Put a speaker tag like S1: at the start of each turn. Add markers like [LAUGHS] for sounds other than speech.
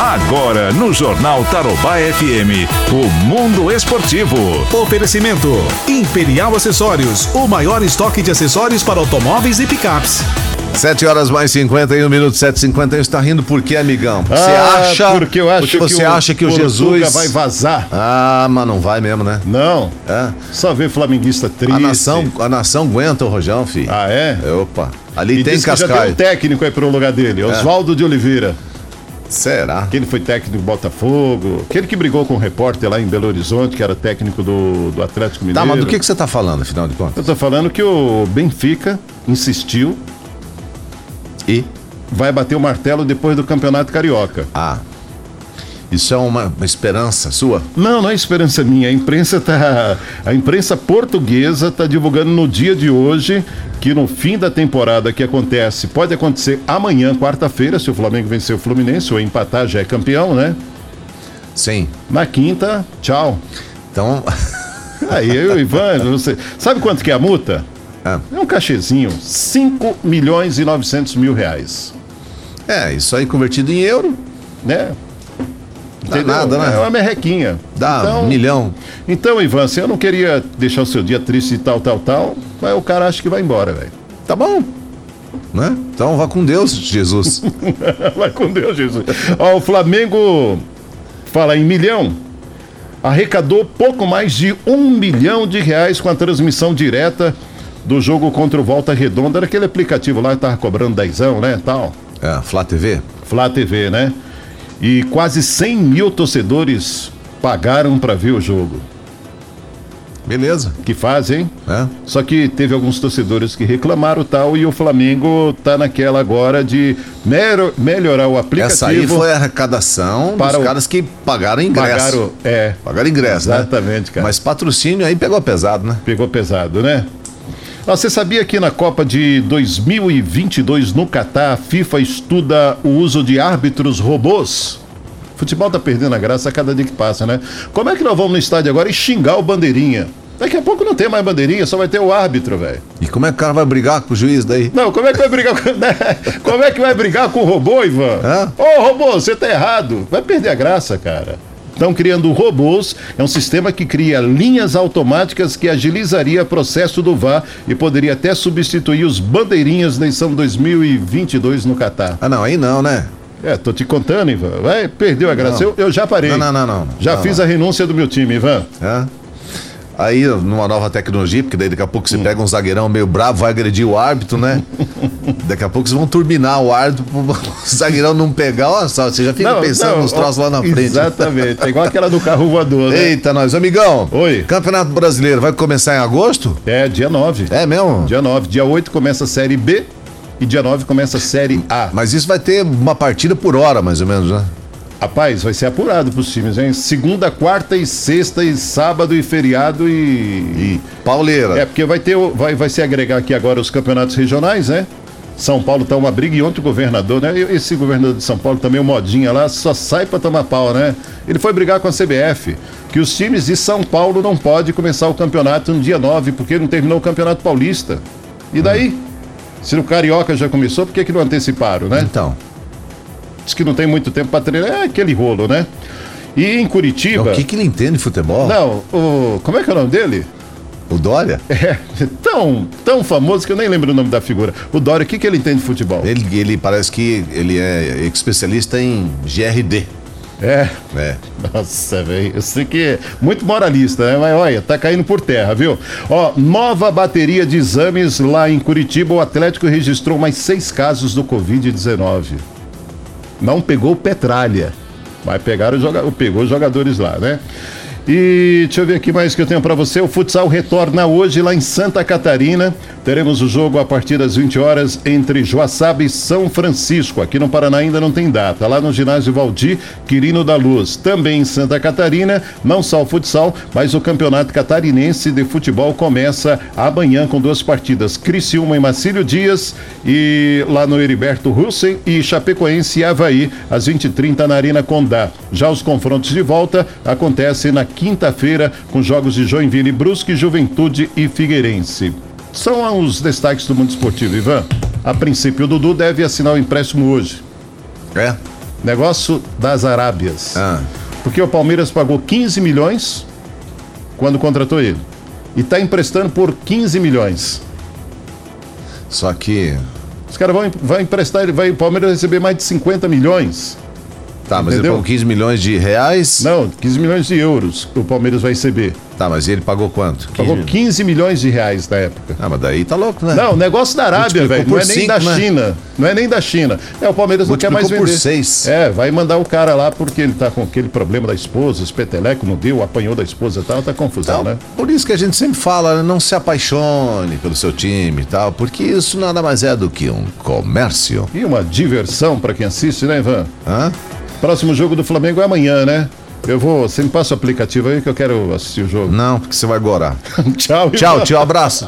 S1: Agora, no Jornal Tarobá FM, o Mundo Esportivo.
S2: Oferecimento: Imperial Acessórios, o maior estoque de acessórios para automóveis e picapes.
S3: 7 horas mais 51 minutos, 7h51. Você tá rindo por quê, amigão? Você
S4: Ah,
S3: acha.
S4: Porque eu acho
S3: porque você
S4: o-
S3: acha que o,
S4: o Luca
S3: Jesus.
S4: vai vazar.
S3: Ah, mas não vai mesmo, né?
S4: Não.
S3: É.
S4: Só ver flamenguista triste.
S3: A nação, a nação aguenta o Rojão, filho.
S4: Ah, é?
S3: Opa. Ali
S4: E
S3: tem É.
S4: diz que já tem um
S3: Cascaio.
S4: técnico aí pro lugar dele, Oswaldo de Oliveira.
S3: Será?
S4: Aquele foi técnico do Botafogo. Aquele que brigou com o repórter lá em Belo Horizonte, que era técnico do, do Atlético Mineiro.
S3: Tá, mas do que, que você tá falando, afinal de contas?
S4: Eu tô falando que o Benfica insistiu,
S3: E?
S4: vai bater o martelo depois do Campeonato Carioca.
S3: Ah. Isso é uma, uma esperança sua?
S4: Não, não é esperança minha. A imprensa tá, a imprensa portuguesa está divulgando no dia de hoje que no fim da temporada que acontece, pode acontecer amanhã, quarta-feira, se o Flamengo vencer o Fluminense ou empatar já é campeão, né?
S3: Sim.
S4: Na quinta, tchau.
S3: Então. [LAUGHS]
S4: Aí eu, Ivan, você sabe quanto que é a multa?
S3: Ah.
S4: É um cachezinho, 5 milhões e 900 mil reais,
S3: É, isso aí convertido em euro
S4: né?
S3: Dá nada, né?
S4: É uma merrequinha.
S3: dá um milhão.
S4: Então, Ivan, se eu não queria deixar o seu dia triste e tal, tal, tal, mas o cara acha que vai embora, velho.
S3: Tá bom. Né? Então vá com Deus, Jesus.
S4: [LAUGHS] Vai com Deus, Jesus. Ó, o Flamengo, fala em milhão, arrecadou pouco mais de um milhão de reais com a transmissão direta do jogo contra o Volta Redonda. Era aquele aplicativo lá que tava cobrando dezão, né, tal.
S3: É, Flá TV?
S4: Flá TV, né? E quase 100 mil torcedores pagaram para ver o jogo.
S3: Beleza.
S4: Que fazem, hein?
S3: né?
S4: Só que teve alguns torcedores que reclamaram tal e o Flamengo tá naquela agora de mero- melhorar o aplicativo.
S3: Essa aí foi a arrecadação
S4: Para o-
S3: dos caras que pagaram ingresso.
S4: pagaram, é,
S3: Pagaram ingresso, né?
S4: Exatamente, cara.
S3: Mas patrocínio aí pegou pesado, né?
S4: pegou pesado, né? Ah, Você sabia que na Copa de 2022 no Catar, a FIFA estuda o uso de árbitros robôs? Futebol tá perdendo a graça a cada dia que passa, né? Como é que nós vamos no estádio agora e xingar o bandeirinha? Daqui a pouco não tem mais bandeirinha, só vai ter o árbitro, velho.
S3: E como é que o cara vai brigar com o juiz daí?
S4: Não, como é que vai brigar com, [LAUGHS] né? como é que vai brigar com o robô, Ivan?
S3: Hã?
S4: Ô, robô, você tá errado. Vai perder a graça, cara. Estão criando robôs, é um sistema que cria linhas automáticas que agilizaria o processo do VAR e poderia até substituir os bandeirinhas na edição 2022 no Catar.
S3: Ah, não, aí não, né?
S4: É, tô te contando, Ivan. Vai, perdeu a graça.
S3: Não.
S4: Eu, eu já parei.
S3: Não, não, não, não.
S4: Já
S3: Não,
S4: fiz a renúncia do meu time, Ivan.
S3: É. Aí, numa nova tecnologia, porque daí daqui a pouco você
S4: Hum.
S3: pega um zagueirão meio bravo, vai agredir o árbitro, né?
S4: [LAUGHS]
S3: daqui a pouco vocês vão turbinar o árbitro pro [LAUGHS] o zagueirão não pegar, ó, só, você já fica pensando nos troços lá na frente.
S4: Exatamente. É igual aquela do carro voador, né?
S3: Eita, nós, amigão.
S4: Oi.
S3: Campeonato Brasileiro vai começar em agosto?
S4: É, dia 9.
S3: É mesmo?
S4: Dia 9. Dia 8 começa a Série B e dia 9 começa a Série A.
S3: Ah, Mas isso vai ter uma partida por hora, mais ou menos, né?
S4: Rapaz, vai ser apurado pros times, hein? Segunda, quarta e sexta e sábado e feriado e...
S3: Pauleira.
S4: É, porque vai ter, o- vai, vai se agregar aqui agora os campeonatos regionais, né? São Paulo tá uma briga e ontem o governador, né? E- Esse governador de São Paulo também, o modinha lá, só sai pra tomar pau, né? Ele foi brigar com a CBF, que os times de São Paulo não podem começar o campeonato no dia 9, porque não terminou o Campeonato Paulista. E daí? Se o Carioca já começou, por que, que não anteciparam, né?
S3: Então,
S4: Diz que não tem muito tempo pra treinar. É aquele rolo, né? E em Curitiba.
S3: é, o que, que ele entende de futebol?
S4: Não, o. Como é que é o nome dele?
S3: O Dória?
S4: É, tão, tão famoso que eu nem lembro o nome da figura. O Dória, o que, que ele entende de futebol?
S3: Ele, ele parece que ele é especialista em GRD.
S4: É.
S3: É.
S4: Nossa, velho, eu sei que é muito moralista, né? Mas olha, tá caindo por terra, viu? Ó, nova bateria de exames lá em Curitiba, o Atlético registrou mais seis casos do Covid-19. Não pegou o Petralha, mas pegaram os joga- pegou os jogadores lá, né? E deixa eu ver aqui mais que eu tenho pra você. O futsal retorna hoje lá em Santa Catarina. Teremos o jogo a partir das 20 horas entre Joaçaba e São Francisco. Aqui no Paraná ainda não tem data. Lá no ginásio Valdir Quirino da Luz. Também em Santa Catarina, não só o futsal, mas o Campeonato Catarinense de Futebol começa amanhã com duas partidas. Criciúma e Macílio Dias e lá no Heriberto Russen e Chapecoense e Havaí às 20h30 na Arena Condá. Já os confrontos de volta acontecem na quinta-feira com jogos de Joinville, e Brusque, Juventude e Figueirense. São os destaques do mundo esportivo, Ivan. A princípio, o Dudu deve assinar o empréstimo hoje.
S3: É.
S4: Negócio das Arábias.
S3: Ah.
S4: Porque o Palmeiras pagou 15 milhões quando contratou ele. E tá emprestando por 15 milhões.
S3: Só que.
S4: Os caras vão, vão emprestar, ele vai, o Palmeiras vai receber mais de 50 milhões.
S3: Tá, mas ele
S4: Entendeu?
S3: pagou 15 milhões de reais.
S4: Não, 15 milhões de euros o Palmeiras vai receber.
S3: Tá, mas ele pagou quanto?
S4: Pagou
S3: 15
S4: 15 milhões de reais na época.
S3: Ah, mas daí tá louco, né?
S4: Não, o negócio da Arábia,
S3: Multiplicou
S4: velho, não
S3: por
S4: é nem
S3: cinco,
S4: da
S3: né?
S4: China. Não é nem da China. É, o Palmeiras não quer mais vender.
S3: Multiplicou por seis.
S4: É, vai mandar o cara lá porque ele tá com aquele problema da esposa, os peteleco não deu, apanhou da esposa e tal, tá confusão,
S3: Então,
S4: né?
S3: Por isso que a gente sempre fala, né, não se apaixone pelo seu time e tal, porque isso nada mais é do que um comércio.
S4: E uma diversão pra quem assiste, né, Ivan?
S3: Hã?
S4: Próximo jogo do Flamengo é amanhã, né? Eu vou, você me passa o aplicativo aí que eu quero assistir o jogo.
S3: Não, porque você vai agora.
S4: [LAUGHS] Tchau, Ivan.
S3: Tchau, tchau, abraço.